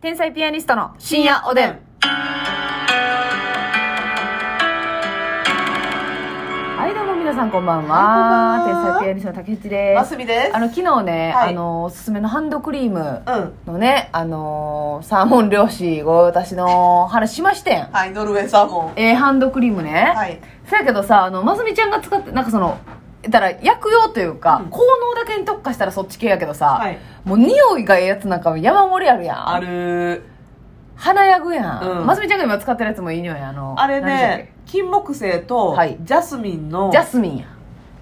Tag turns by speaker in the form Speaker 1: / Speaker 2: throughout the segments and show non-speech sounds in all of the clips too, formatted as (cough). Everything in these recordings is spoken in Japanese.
Speaker 1: 天才ピアニストの深夜おでん。はい、どうも皆さんこんばん
Speaker 2: は
Speaker 1: は。
Speaker 2: いこんばんは
Speaker 1: 天才ピアニストの竹内で。
Speaker 2: ますすみです
Speaker 1: あの、昨日ね、
Speaker 2: はい
Speaker 1: あの、おすすめのハンドクリーム
Speaker 2: うん
Speaker 1: のね、あの、サーモン漁師ご用達の話しましたやん。
Speaker 2: はいノルウェーサーモン
Speaker 1: えーハンドクリームね。
Speaker 2: はい
Speaker 1: そやけどさあのますみちゃんが使ってなんかその言ったら薬用というか、
Speaker 2: うん
Speaker 1: 効能だけに特化したらそっち系やけどさ、
Speaker 2: はい
Speaker 1: もう匂いがええやつなんか山盛りあるやん
Speaker 2: ある
Speaker 1: 鼻やぐやん、
Speaker 2: うん
Speaker 1: ますみちゃんが今使ってるやつもいい匂いあの
Speaker 2: あれ
Speaker 1: 何でしたっ
Speaker 2: ね金木犀と
Speaker 1: はい
Speaker 2: ジャスミンの
Speaker 1: けジャスミンや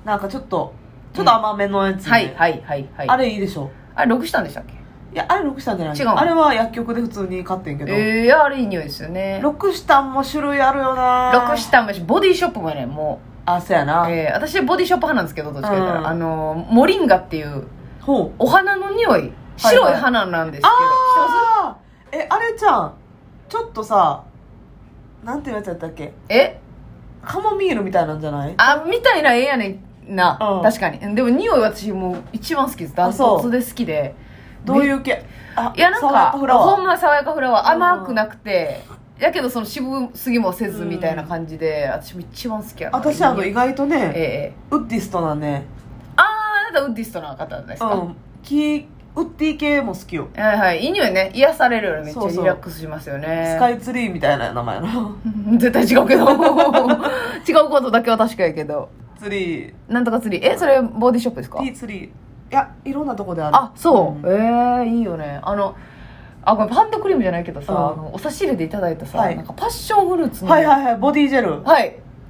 Speaker 2: なんかちょっとちょっと甘めのやつね
Speaker 1: はいはいはいはい
Speaker 2: あれいいでしょ
Speaker 1: あれ6したんでしたっけ
Speaker 2: いやあれロクシタンじゃない
Speaker 1: 違うの
Speaker 2: あれは薬局で普通に買ってんけど
Speaker 1: ええあれいい匂いですよね
Speaker 2: ロクシタンも種類あるよな
Speaker 1: 6したんもしボディショップもねも
Speaker 2: あそうや
Speaker 1: う、
Speaker 2: な
Speaker 1: えー私ボディショップ派なんですけどどっちか言ったら、
Speaker 2: うん
Speaker 1: あのモリンガっていう
Speaker 2: ほう
Speaker 1: お花の匂い白い花なんですけど、知ってます
Speaker 2: あーえあれちゃんちょっとさなんていうやつやったっけ
Speaker 1: え
Speaker 2: カモミールみたいなんじゃない
Speaker 1: あ、みたいなええやねんな。
Speaker 2: うん
Speaker 1: 確かに。でも匂い私もう一番好きです。ダン
Speaker 2: あ
Speaker 1: ト
Speaker 2: そ
Speaker 1: ツ
Speaker 2: う
Speaker 1: で好きで。
Speaker 2: どういうう系あ
Speaker 1: いやなん
Speaker 2: 爽や
Speaker 1: か、
Speaker 2: フラワー
Speaker 1: ほんま爽やかフラワー。
Speaker 2: うん
Speaker 1: 甘くなくて。やけどその渋すぎもせずみたいな感じで、私も一番好きやな。
Speaker 2: 私あの
Speaker 1: いい
Speaker 2: 意
Speaker 1: 匂い
Speaker 2: 外と
Speaker 1: ええ
Speaker 2: ね
Speaker 1: ええ。
Speaker 2: ウッディストなね
Speaker 1: あー、あなたウッディストな方です
Speaker 2: う
Speaker 1: か、
Speaker 2: ん木ウッディ系も好きよ
Speaker 1: はいはい。いい匂いね。癒されるよね。めっちゃ
Speaker 2: そうそう
Speaker 1: リラックスしますよね。
Speaker 2: スカイツリーみたいな名前の
Speaker 1: (laughs)
Speaker 2: (laughs)
Speaker 1: 絶対違うけど。 (laughs) 違うことだけは確かやけど。
Speaker 2: ツリー
Speaker 1: なんとか釣り。え、それボディショップですか
Speaker 2: ティーツリーいやいろんなとこである
Speaker 1: あそう、
Speaker 2: ん
Speaker 1: ええいいよねあのあこれハンドクリームじゃないけどさ、
Speaker 2: うん
Speaker 1: あのお差し入れでいただいたさ、
Speaker 2: はい
Speaker 1: なんかパッションフルーツの
Speaker 2: はい
Speaker 1: はい
Speaker 2: はいはいボディジェル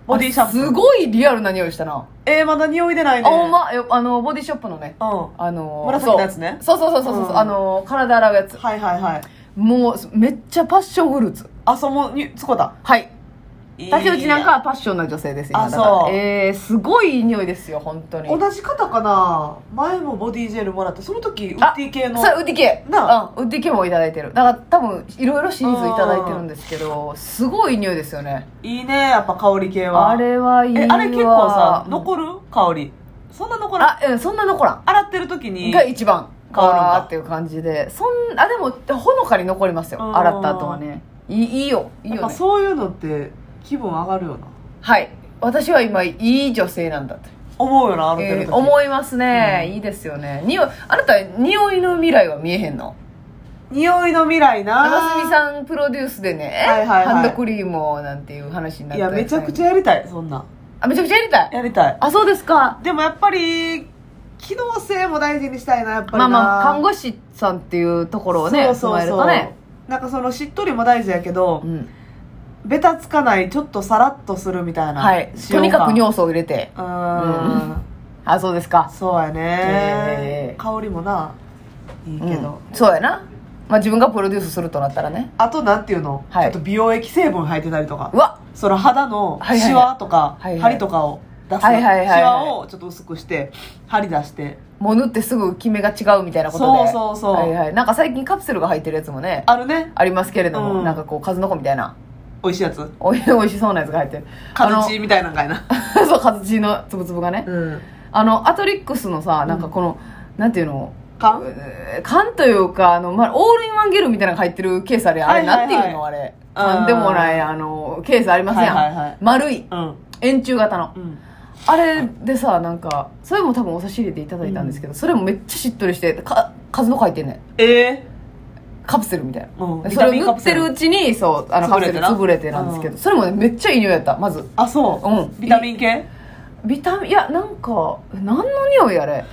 Speaker 2: ボディシャンプー
Speaker 1: あすごいリアルな匂いしたな、
Speaker 2: えー、まだ匂い出ない
Speaker 1: あ
Speaker 2: ね
Speaker 1: ほんまえあのボディショップのね
Speaker 2: う
Speaker 1: あの
Speaker 2: 紫のやつね
Speaker 1: そうそうそうそうそうそう
Speaker 2: うん
Speaker 1: あの体洗うやつ
Speaker 2: んはいはいはい
Speaker 1: もうめっちゃパッションフルーツ
Speaker 2: あそもにつこだ
Speaker 1: はい
Speaker 2: いい
Speaker 1: 竹内なんかはパッションな女性です今
Speaker 2: あ
Speaker 1: だから
Speaker 2: そう
Speaker 1: ええすごいいい匂いですよ本当に
Speaker 2: 同じ方かな前もボディジェルもらってその時ウ
Speaker 1: あ
Speaker 2: ッディ系の
Speaker 1: それウッディ系
Speaker 2: な
Speaker 1: うんウッディ系もいただいてるだから多分いろいろシリーズいただいてるんですけどすごい匂いですよね
Speaker 2: いいねやっぱ香り系は
Speaker 1: あれはいいわ
Speaker 2: えあれ結構さ
Speaker 1: うん
Speaker 2: 残る香りそんな残らん
Speaker 1: あうんそんな残らん
Speaker 2: 洗ってる時に
Speaker 1: が一番
Speaker 2: 香るんだ
Speaker 1: わーっていう感じでそんあでもほのかに残ります
Speaker 2: う
Speaker 1: よ
Speaker 2: ん
Speaker 1: 洗った後はねいいいいよいい
Speaker 2: やっ
Speaker 1: よ
Speaker 2: ぱ
Speaker 1: ね
Speaker 2: そういうのって気分上がるよな
Speaker 1: はい私は今いい女性なんだと、
Speaker 2: 思うよな洗って
Speaker 1: え
Speaker 2: る
Speaker 1: ー
Speaker 2: 時、
Speaker 1: 思いますね、
Speaker 2: うん
Speaker 1: いいですよね匂いあなた匂いの未来は見えへんの
Speaker 2: 匂いの未来な
Speaker 1: 長澄さんプロデュースでね、
Speaker 2: はいはいはい
Speaker 1: ハンドクリームをなんていう話になっ
Speaker 2: い
Speaker 1: た
Speaker 2: や
Speaker 1: り
Speaker 2: めちゃくち
Speaker 1: ゃ
Speaker 2: ゃやりたいそんな
Speaker 1: あめちゃくちゃやりたい
Speaker 2: やりたい
Speaker 1: あそうですか
Speaker 2: でもやっぱり機能性も大事にしたいなやっぱ
Speaker 1: ま
Speaker 2: りな
Speaker 1: あまあ看護師さんっていうところをね
Speaker 2: そうそう
Speaker 1: 加える
Speaker 2: そ
Speaker 1: と
Speaker 2: う、
Speaker 1: ね
Speaker 2: なんかそのしっとりも大事やけど、
Speaker 1: うん
Speaker 2: ベタつかないちょっとさらっとするみたいな
Speaker 1: はい
Speaker 2: 使
Speaker 1: と
Speaker 2: 用
Speaker 1: にかく
Speaker 2: 感
Speaker 1: 尿素を入れて
Speaker 2: うーん
Speaker 1: あそうですか
Speaker 2: そうやね
Speaker 1: へ、ー
Speaker 2: 香りもないいけど、
Speaker 1: うんそうやなまあ自分がプロデュースするとなったらね
Speaker 2: あとなんていうの、
Speaker 1: はい
Speaker 2: ちょっと美容液成分入ってたりとか
Speaker 1: うわ
Speaker 2: その肌の
Speaker 1: はいはいはい
Speaker 2: シワとか
Speaker 1: はいはい
Speaker 2: 針とかを出す、
Speaker 1: はいはいはいはい
Speaker 2: シワをちょっと薄くして針出して
Speaker 1: もう塗ってすぐキメが違うみたいなことで
Speaker 2: そうそうそう
Speaker 1: はいはいなんか最近カプセルが入ってるやつもね
Speaker 2: あるね
Speaker 1: ありますけれども、
Speaker 2: うん
Speaker 1: なんかこう数の子みたいな
Speaker 2: 美味しいやつ
Speaker 1: おい美味しそうなやつが入ってる
Speaker 2: カズチみたいなんかやな
Speaker 1: あの (laughs) そうカズチのつぶつぶがね、
Speaker 2: うん
Speaker 1: あのアトリックスのさなんかこの、なんていうの
Speaker 2: 缶
Speaker 1: えー缶というかあの、まあ、オールインワンゲルみたいなのが入ってるケースあれあれ、
Speaker 2: はいはいはい
Speaker 1: なんていうのあれなんでもないあのケースありますやん、
Speaker 2: はいはいはい
Speaker 1: 丸い
Speaker 2: うん
Speaker 1: 円柱型の
Speaker 2: うん
Speaker 1: あれでさなんかそれも多分お差し入れていただいたんですけど、それもめっちゃしっとりしてか数の書いてんねん
Speaker 2: ええ
Speaker 1: カプセルみたいな、
Speaker 2: うん
Speaker 1: でそれを
Speaker 2: ビタミ
Speaker 1: 塗
Speaker 2: ンカ
Speaker 1: っ
Speaker 2: プセ
Speaker 1: て
Speaker 2: ル
Speaker 1: るうちにそうあのカプセル潰
Speaker 2: 潰
Speaker 1: れ
Speaker 2: れ
Speaker 1: て
Speaker 2: てな
Speaker 1: なんですけど、それもねめっちゃいい匂いやったまず
Speaker 2: あそう、
Speaker 1: うん
Speaker 2: ビタミン系
Speaker 1: ビタミンいやなんか何の匂いあれ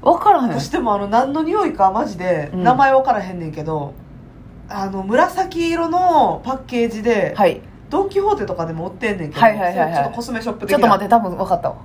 Speaker 1: 分からへん
Speaker 2: 私でもあの何の匂いかマジで
Speaker 1: うん
Speaker 2: 名前分からへんねんけど、あの紫色のパッケージで、
Speaker 1: はい
Speaker 2: ドン・キホーテとかでも売ってんねんけど、
Speaker 1: はいはいはいはい
Speaker 2: それちょっとコスメショップ
Speaker 1: ち
Speaker 2: 的
Speaker 1: ょっ
Speaker 2: な
Speaker 1: と待って多分分かったわ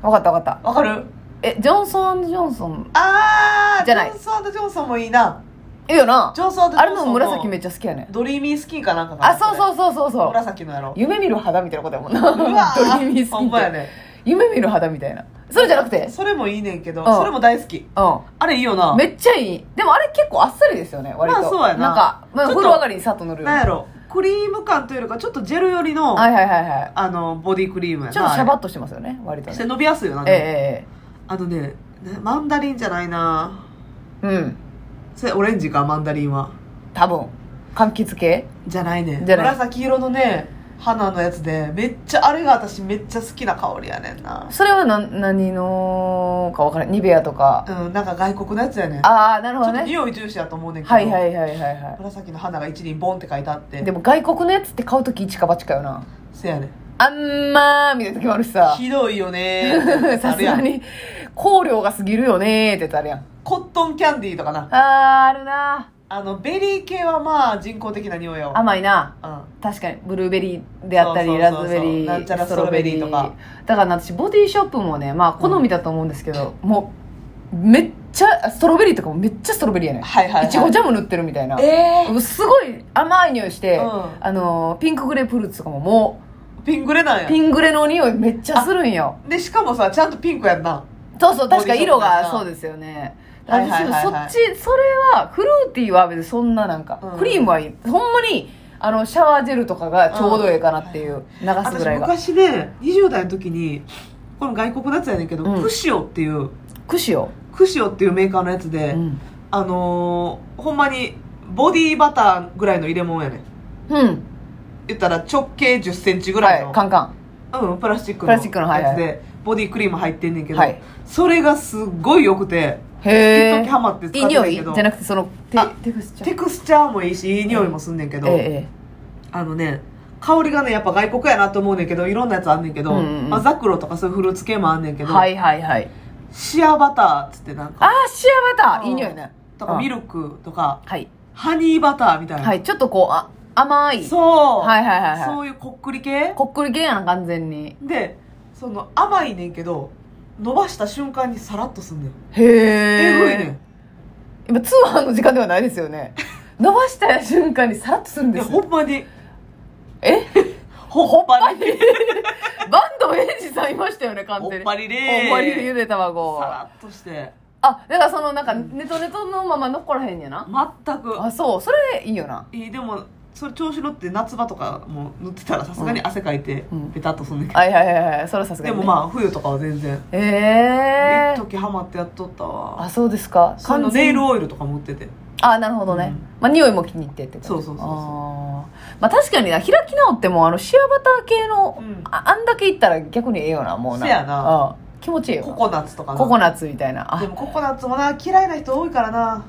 Speaker 1: 分かった分かった
Speaker 2: わかる
Speaker 1: えジョンソンジョンソン
Speaker 2: あー
Speaker 1: じゃない
Speaker 2: ジョンソンジョンソンもいいない
Speaker 1: いよな
Speaker 2: ジョンソンジョンソン
Speaker 1: あれも紫めっちゃ好きやね
Speaker 2: ドリーミースキンかなんかかな
Speaker 1: あそうそうそうそうそう
Speaker 2: 紫のやろ
Speaker 1: 夢見る肌みたいなことやもん
Speaker 2: うわ
Speaker 1: なド
Speaker 2: ー
Speaker 1: リーミース
Speaker 2: ほ
Speaker 1: キン
Speaker 2: んまや
Speaker 1: って
Speaker 2: ね
Speaker 1: 夢見る肌みたいなそれじゃなくて
Speaker 2: それもいいねんけ
Speaker 1: う
Speaker 2: ど、
Speaker 1: ん
Speaker 2: それも大好き
Speaker 1: う
Speaker 2: あれいいよなん
Speaker 1: めっちゃいいでもあれ結構あっさりですよね割と
Speaker 2: まあそうやなん
Speaker 1: か、まあ、
Speaker 2: ちょっと
Speaker 1: 風呂上がりにさっと塗るよ
Speaker 2: なん
Speaker 1: ね
Speaker 2: やろクリーム感というよりかちょっとジェル寄りの、
Speaker 1: はいはいはいは
Speaker 2: あのボディクリームや
Speaker 1: いち
Speaker 2: な
Speaker 1: ょっとシャバ
Speaker 2: あ
Speaker 1: ッとしてますよね割と
Speaker 2: れ
Speaker 1: ね
Speaker 2: して伸びやすいよなんか
Speaker 1: ええ
Speaker 2: あのねねマンダリンじゃないな
Speaker 1: ええええうん
Speaker 2: それオレンジかマンダリンは
Speaker 1: 多分柑橘系
Speaker 2: じゃないねん
Speaker 1: じゃない
Speaker 2: 紫色のね花のやつでめっちゃあれが私めっちゃ好きな香りやねんな
Speaker 1: それは何何のか分からんニベアとか、
Speaker 2: うんなんか外国のやつやねんち
Speaker 1: ああなるほ
Speaker 2: ょ
Speaker 1: ど
Speaker 2: っと
Speaker 1: ね
Speaker 2: 匂い重視やと思うねんけど、
Speaker 1: はいはいはいはいは
Speaker 2: 紫の花が一輪ボンって書いてあって
Speaker 1: いでも外国のやつって買う時一か八かよな
Speaker 2: せやねん
Speaker 1: あんまーみたいな時もあるしさ
Speaker 2: ひどいよね
Speaker 1: (laughs)
Speaker 2: ー
Speaker 1: さ
Speaker 2: あ
Speaker 1: す
Speaker 2: るや
Speaker 1: が
Speaker 2: ん
Speaker 1: に香料が過ぎるよねーってやつあるやん
Speaker 2: コットンキャンディーとかな
Speaker 1: あーあるな
Speaker 2: あのベリー系はまあ人工的な匂いやわ
Speaker 1: 甘いな
Speaker 2: うん
Speaker 1: 確かにブルーベリーであった
Speaker 2: そ
Speaker 1: り
Speaker 2: うそう
Speaker 1: ラ
Speaker 2: そうそう
Speaker 1: ズベリ
Speaker 2: なんちゃ
Speaker 1: ー
Speaker 2: らストロベリーとか
Speaker 1: だからな私ボディショップもねまあ好みだと思うんですけど、もうめっちゃストロベリーとかもめっちゃストロベリーやね
Speaker 2: はいはいはい
Speaker 1: いちごジャム塗ってるみたいな
Speaker 2: えー
Speaker 1: すごい甘い匂いして、
Speaker 2: うん
Speaker 1: あのピンクグレープフルーツとかもも
Speaker 2: (laughs) ピンクレなん
Speaker 1: う
Speaker 2: や
Speaker 1: ピングレの匂いめっちゃするんよ
Speaker 2: でしかもさちゃんとピンクやんな
Speaker 1: そうそう確
Speaker 2: ボ
Speaker 1: か
Speaker 2: ディショップ
Speaker 1: 色が
Speaker 2: ですな
Speaker 1: そうですよね
Speaker 2: は
Speaker 1: 私
Speaker 2: いはいはい
Speaker 1: そ
Speaker 2: はい
Speaker 1: っちそれはフルーティーは別にそんななんか、
Speaker 2: うん
Speaker 1: クリームはいいほんまにあのシャワージェルとかがちょうどええかなっていう、流すぐ
Speaker 2: 私
Speaker 1: らいが
Speaker 2: 昔ね20代の時にこれも外国のやつやねんけど、
Speaker 1: うん
Speaker 2: クシオっていう
Speaker 1: クシオ、
Speaker 2: クシオっていうメーカーのやつで、
Speaker 1: うん、
Speaker 2: あのーほんまにボディーバターぐらいの入れ物やねん
Speaker 1: うん
Speaker 2: 言ったら直径1 0センチぐらいの、
Speaker 1: はいカンカン
Speaker 2: うん、プラスチッ
Speaker 1: プ
Speaker 2: ク
Speaker 1: ラスチックの
Speaker 2: の
Speaker 1: はいは
Speaker 2: や
Speaker 1: い
Speaker 2: つでボディークリーム入ってんねんけど、
Speaker 1: はい
Speaker 2: それがすっごい良くて
Speaker 1: へ
Speaker 2: 一時ハマって使
Speaker 1: えい
Speaker 2: っ
Speaker 1: い
Speaker 2: てた
Speaker 1: 匂
Speaker 2: け
Speaker 1: い
Speaker 2: ど
Speaker 1: じゃなくてそのテ
Speaker 2: あ
Speaker 1: テクスチャー
Speaker 2: テクスチャーもいいしいい匂いもすんねんけど、
Speaker 1: えええ
Speaker 2: あのね香りがねやっぱ外国やなと思うねんけどいろんなやつあんねんけど、
Speaker 1: うんうんうん
Speaker 2: まあ、ザクロとかそういうフルーツ系もあんねんけ
Speaker 1: え
Speaker 2: ど、
Speaker 1: はいはいはい
Speaker 2: シアバターっつってなんか
Speaker 1: あーシアバター
Speaker 2: うん
Speaker 1: いい匂いね
Speaker 2: とかミルクとか
Speaker 1: はい、
Speaker 2: ハニーバターみたいな、
Speaker 1: はい、ちょっとこうあ甘い
Speaker 2: そう、
Speaker 1: はいはいはいはい
Speaker 2: そういうこっくり系
Speaker 1: こっくり系やな完全に
Speaker 2: でその甘いねんけど伸ばした瞬間にさらっとすんねん
Speaker 1: へえ
Speaker 2: えぐいねん
Speaker 1: 今通販の時間ではないですよ
Speaker 2: (laughs)
Speaker 1: ね伸ばした瞬間にさらっとするん
Speaker 2: い
Speaker 1: で
Speaker 2: や
Speaker 1: す
Speaker 2: ほんまに
Speaker 1: え
Speaker 2: ほっ
Speaker 1: (laughs)
Speaker 2: ぱり
Speaker 1: バンドエイジさんいましたよね完
Speaker 2: ほっ
Speaker 1: 全に
Speaker 2: ぱりで
Speaker 1: ほっぱりゆで卵
Speaker 2: さらっとして
Speaker 1: あだからそのなんかネトネトのまま残らへんやな
Speaker 2: 全く
Speaker 1: あそうそれいいよない
Speaker 2: いでもそれ調子乗って夏場とかも塗ってたらさすがに汗かいて
Speaker 1: うん
Speaker 2: ベタっとすんねんけど、
Speaker 1: はいはいはいはいそれはさすが
Speaker 2: で
Speaker 1: に、ね、
Speaker 2: もまあ冬とかは全然
Speaker 1: え
Speaker 2: 一
Speaker 1: えー、
Speaker 2: 時ハマってやっとったわ
Speaker 1: あそうですか
Speaker 2: その
Speaker 1: 完全
Speaker 2: ネ
Speaker 1: に
Speaker 2: イルオイルとかも売ってて
Speaker 1: あなるほどね、
Speaker 2: うん
Speaker 1: まあ匂いも気に入ってってこと
Speaker 2: そうそうそうそう
Speaker 1: あーまあ確かにな開き直ってもあのシアバター系の、
Speaker 2: うん
Speaker 1: ああんだけいったら逆にええよなもうな
Speaker 2: せやな
Speaker 1: あ気持ちいいよな
Speaker 2: ココナッツとかな
Speaker 1: ココナッツみたいな
Speaker 2: で
Speaker 1: あ
Speaker 2: もココナッツもな嫌いな人多いからな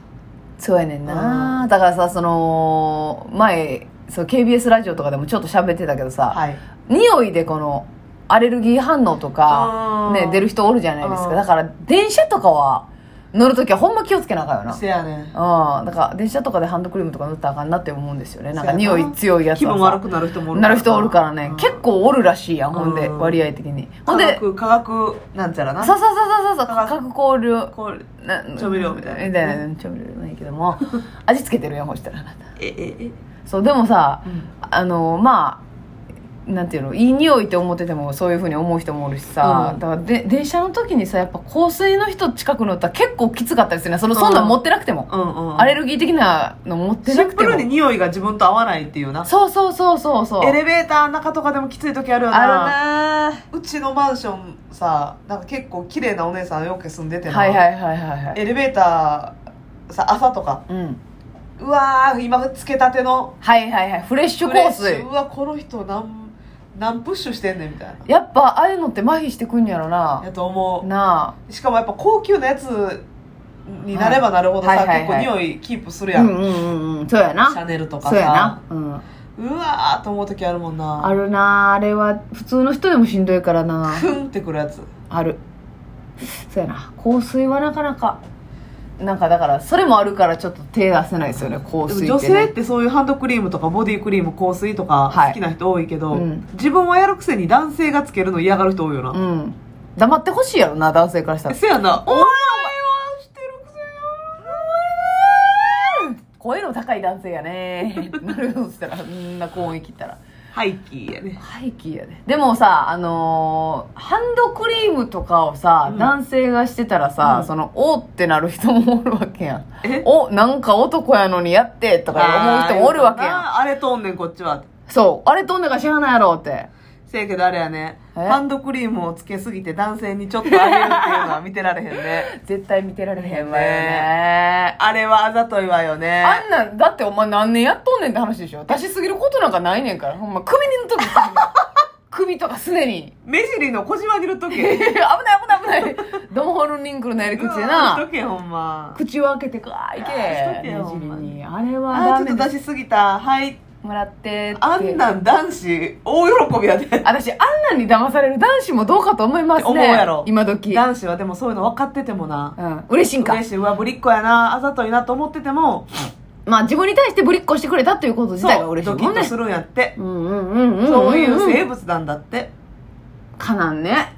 Speaker 1: そうやねんな、だからさその前そう KBS ラジオとかでもちょっと喋ってたけどさ、
Speaker 2: はい
Speaker 1: 匂いでこのアレルギー反応とか
Speaker 2: う、ん
Speaker 1: ね、出る人おるじゃないです
Speaker 2: う
Speaker 1: か
Speaker 2: ん
Speaker 1: だから電車とかは乗るときはほんま気をつけなあかんよな
Speaker 2: せや
Speaker 1: うん、
Speaker 2: ね
Speaker 1: だから電車とかでハンドクリームとか塗ったらあかんなって思うんですよねなんか
Speaker 2: そうや
Speaker 1: 匂
Speaker 2: ない
Speaker 1: 強いやつ
Speaker 2: 気
Speaker 1: は
Speaker 2: 分
Speaker 1: さ
Speaker 2: 悪くなる人もおる
Speaker 1: なる人おるからね、
Speaker 2: うん
Speaker 1: 結構おるらしいやんほんで、
Speaker 2: うん
Speaker 1: 割合的にほ
Speaker 2: 化
Speaker 1: んで
Speaker 2: 学化学なんちゃら
Speaker 1: そう
Speaker 2: な
Speaker 1: そうそうそうそう
Speaker 2: 化学
Speaker 1: 角香料
Speaker 2: これ
Speaker 1: な
Speaker 2: 調味料みたいな
Speaker 1: みたいな調味料じゃないけども (laughs) 味付けてるやんほしたらあなた
Speaker 2: えええ
Speaker 1: そうでもさ
Speaker 2: うん
Speaker 1: あのまあなんていうのいい匂いって思っててもそういうふうに思う人もおるしさ、
Speaker 2: うん
Speaker 1: だからで電車の時にさやっぱ香水の人近く乗ったら結構きつかったりするねそのそんなん持ってなくても、
Speaker 2: うんうん
Speaker 1: アレルギー的なの持って
Speaker 2: シ
Speaker 1: な
Speaker 2: ン
Speaker 1: く
Speaker 2: プ
Speaker 1: ても
Speaker 2: ルに匂いが自分と合わないっていうな
Speaker 1: そうそうそうそうそう
Speaker 2: エレベーターの中とかでもきつい時あるよな
Speaker 1: あるなー
Speaker 2: うちのマンションさなんか結構綺麗なお姉さんよく住んでてな、
Speaker 1: はいはいはいはいはい
Speaker 2: エレベーターさ朝とか
Speaker 1: うん
Speaker 2: うわー今つけたての
Speaker 1: はいはいはいフレッシュ香
Speaker 2: フレッ
Speaker 1: 水
Speaker 2: シュうわこの人何何プッシュしてんねんみたいな
Speaker 1: やっぱああいうのって麻痺してくんやろな
Speaker 2: やと思
Speaker 1: な
Speaker 2: うしかもやっぱ高級なやつになればなるほどさ、
Speaker 1: はいはいはいはい
Speaker 2: 結構匂いキープする
Speaker 1: あ
Speaker 2: や、
Speaker 1: うんんうんうんうんそうや
Speaker 2: シ
Speaker 1: な
Speaker 2: ャネルとかさ
Speaker 1: そうやなうん
Speaker 2: うわーと思う時あるもんな
Speaker 1: あるなあれは普通の人でもしんどいからな
Speaker 2: ふんってくるやつ
Speaker 1: あるそうやな香水はなかなかなんかだからそれもあるからちょっと手出せないですよね香
Speaker 2: で
Speaker 1: 水って、ね、
Speaker 2: も女性ってそういうハンドクリームとかボディクリーム香水とか
Speaker 1: はい
Speaker 2: 好きな人多いけど、
Speaker 1: うん
Speaker 2: 自分はやるくせに男性がつけるの嫌がる人多いよな、
Speaker 1: うん黙ってほしいやろな男性からしたら
Speaker 2: せやなお前はしてるくせ
Speaker 1: 声の高い男性やね (laughs) なるほどしたらみんな高音域ったら
Speaker 2: ハイキーやね
Speaker 1: 廃棄やででもさあのーハンドクリームとかをさ、
Speaker 2: うん
Speaker 1: 男性がしてたらさ、
Speaker 2: うん
Speaker 1: そのおーってなる人もおるわけやん
Speaker 2: え
Speaker 1: おなんか男やのにやってとか思う人もおるわけやん
Speaker 2: あーあれとんねんこっちは
Speaker 1: そうあれとんだから知らないやろって
Speaker 2: せやけどあれやね
Speaker 1: え
Speaker 2: ハンドクリームをつけすぎて男性にちょっとあげるっていうのは見てられへんね
Speaker 1: 絶対見てられへんわよね
Speaker 2: ねあれはあざといわよね
Speaker 1: あんなんだってお前何年やっとんねんって話でしょ出しすぎることなんかないねんからほんま首にの時 (laughs) 首とかすでに
Speaker 2: 目尻のこじ曲げるとき
Speaker 1: 危ない危ない危ないドンホルニンクルのや (laughs) り口で
Speaker 2: うんし
Speaker 1: な
Speaker 2: とけほんま
Speaker 1: 口を開けてガーい
Speaker 2: あし
Speaker 1: け
Speaker 2: とけ
Speaker 1: 目
Speaker 2: よほん
Speaker 1: 尻
Speaker 2: まに
Speaker 1: にあれは
Speaker 2: あ
Speaker 1: ダ
Speaker 2: ーちょ
Speaker 1: メ
Speaker 2: っと出しすぎたはい
Speaker 1: もらってって
Speaker 2: あんなん男子大喜びやで
Speaker 1: 私あんなんに騙される男子もどうかと思いますね
Speaker 2: 思うやろ
Speaker 1: 今時
Speaker 2: (laughs) 男子はでもそういうの分かっててもな
Speaker 1: うん嬉しいんか
Speaker 2: 嬉しいうわぶりっ子やなあざといなと思ってても
Speaker 1: まあ自分に対してぶりっこしてくれたということ自体が
Speaker 2: そう
Speaker 1: 嬉しい
Speaker 2: ドキ
Speaker 1: もん
Speaker 2: ッと
Speaker 1: ね
Speaker 2: するんやって
Speaker 1: うんうんうんうん
Speaker 2: そういう生
Speaker 1: 物
Speaker 2: 物なんだって
Speaker 1: かなんね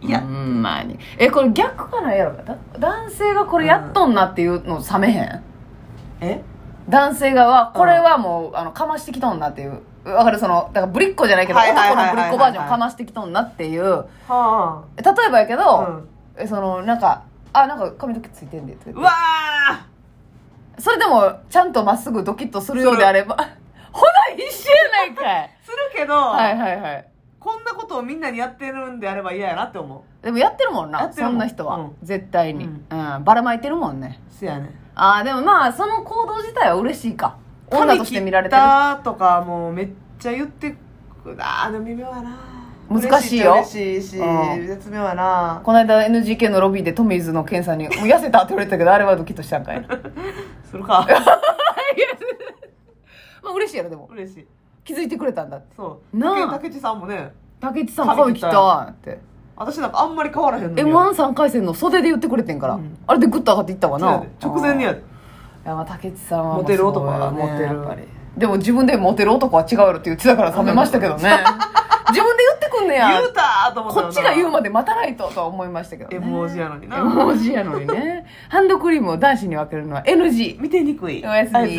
Speaker 2: いや
Speaker 1: うんまあにえこれ逆かないやろだ男性がこれやっとんなっていうの冷めへん
Speaker 2: え
Speaker 1: 男性側これはもうあのかましてきとんなっていうわかるそのだからぶりっ子じゃないけど
Speaker 2: はいはい
Speaker 1: 男
Speaker 2: はいはい
Speaker 1: のぶりっ子バージョンかましてきとんなっていう
Speaker 2: は
Speaker 1: 例えばやけ
Speaker 2: あ
Speaker 1: ど
Speaker 2: ん
Speaker 1: えそのなんかあなんか髪の毛ついてんでとか言って
Speaker 2: うわー
Speaker 1: それでもちゃんとまっすぐドキッとするようであれば (laughs) ほな一緒やないかい
Speaker 2: するけど、
Speaker 1: はいはいはい
Speaker 2: こんなことをみんなにやってるんであれば嫌やなって思
Speaker 1: でもやってるもん
Speaker 2: や
Speaker 1: な
Speaker 2: って
Speaker 1: そ
Speaker 2: るもん
Speaker 1: んな人は、
Speaker 2: うん
Speaker 1: 絶対に、う
Speaker 2: うん
Speaker 1: ばらまいてるもんね
Speaker 2: うせやねん
Speaker 1: ああでもまあその行動自体は嬉しいか女として見られてる
Speaker 2: 髪切ったとかもうめっちゃ言ってくあーでも微妙やな
Speaker 1: 難しいよ
Speaker 2: 嬉しいっちゃ嬉しいし、絶妙やな
Speaker 1: この間 NGK のロビーでトミーズの健さんに「もう痩せた」って言われてたけどあれはドキッとしたんか
Speaker 2: (laughs)
Speaker 1: いな
Speaker 2: する
Speaker 1: (laughs) ま
Speaker 2: か (laughs)
Speaker 1: あ嬉しいやろでも
Speaker 2: 嬉しい
Speaker 1: 気づいてくれたんだって
Speaker 2: そう
Speaker 1: なあ
Speaker 2: 竹内さんもね
Speaker 1: 竹内さん髪切ったって
Speaker 2: 私なんかあんまり変わらへんのに
Speaker 1: m 1 3回戦の袖で言ってくれてんから、
Speaker 2: うん
Speaker 1: あれでグッと上がっていったわ
Speaker 2: そうや
Speaker 1: な
Speaker 2: で直前にや
Speaker 1: い
Speaker 2: で
Speaker 1: やまあ竹内さんはもう
Speaker 2: モテる男はね
Speaker 1: そうモテる
Speaker 2: やっぱり
Speaker 1: でも自分でモテる男は違うよって言ってたから冷めましたけどね (laughs) 自分で言ってくんねや
Speaker 2: 言うたーと思った
Speaker 1: こっちが言う
Speaker 2: ま
Speaker 1: まで待たないととは思いましたけどね
Speaker 2: 絵文字やのにな
Speaker 1: 絵文字やのにねハンドクリームを男子に分けるのは NG
Speaker 2: 見てにくい
Speaker 1: おやす
Speaker 2: おや
Speaker 1: み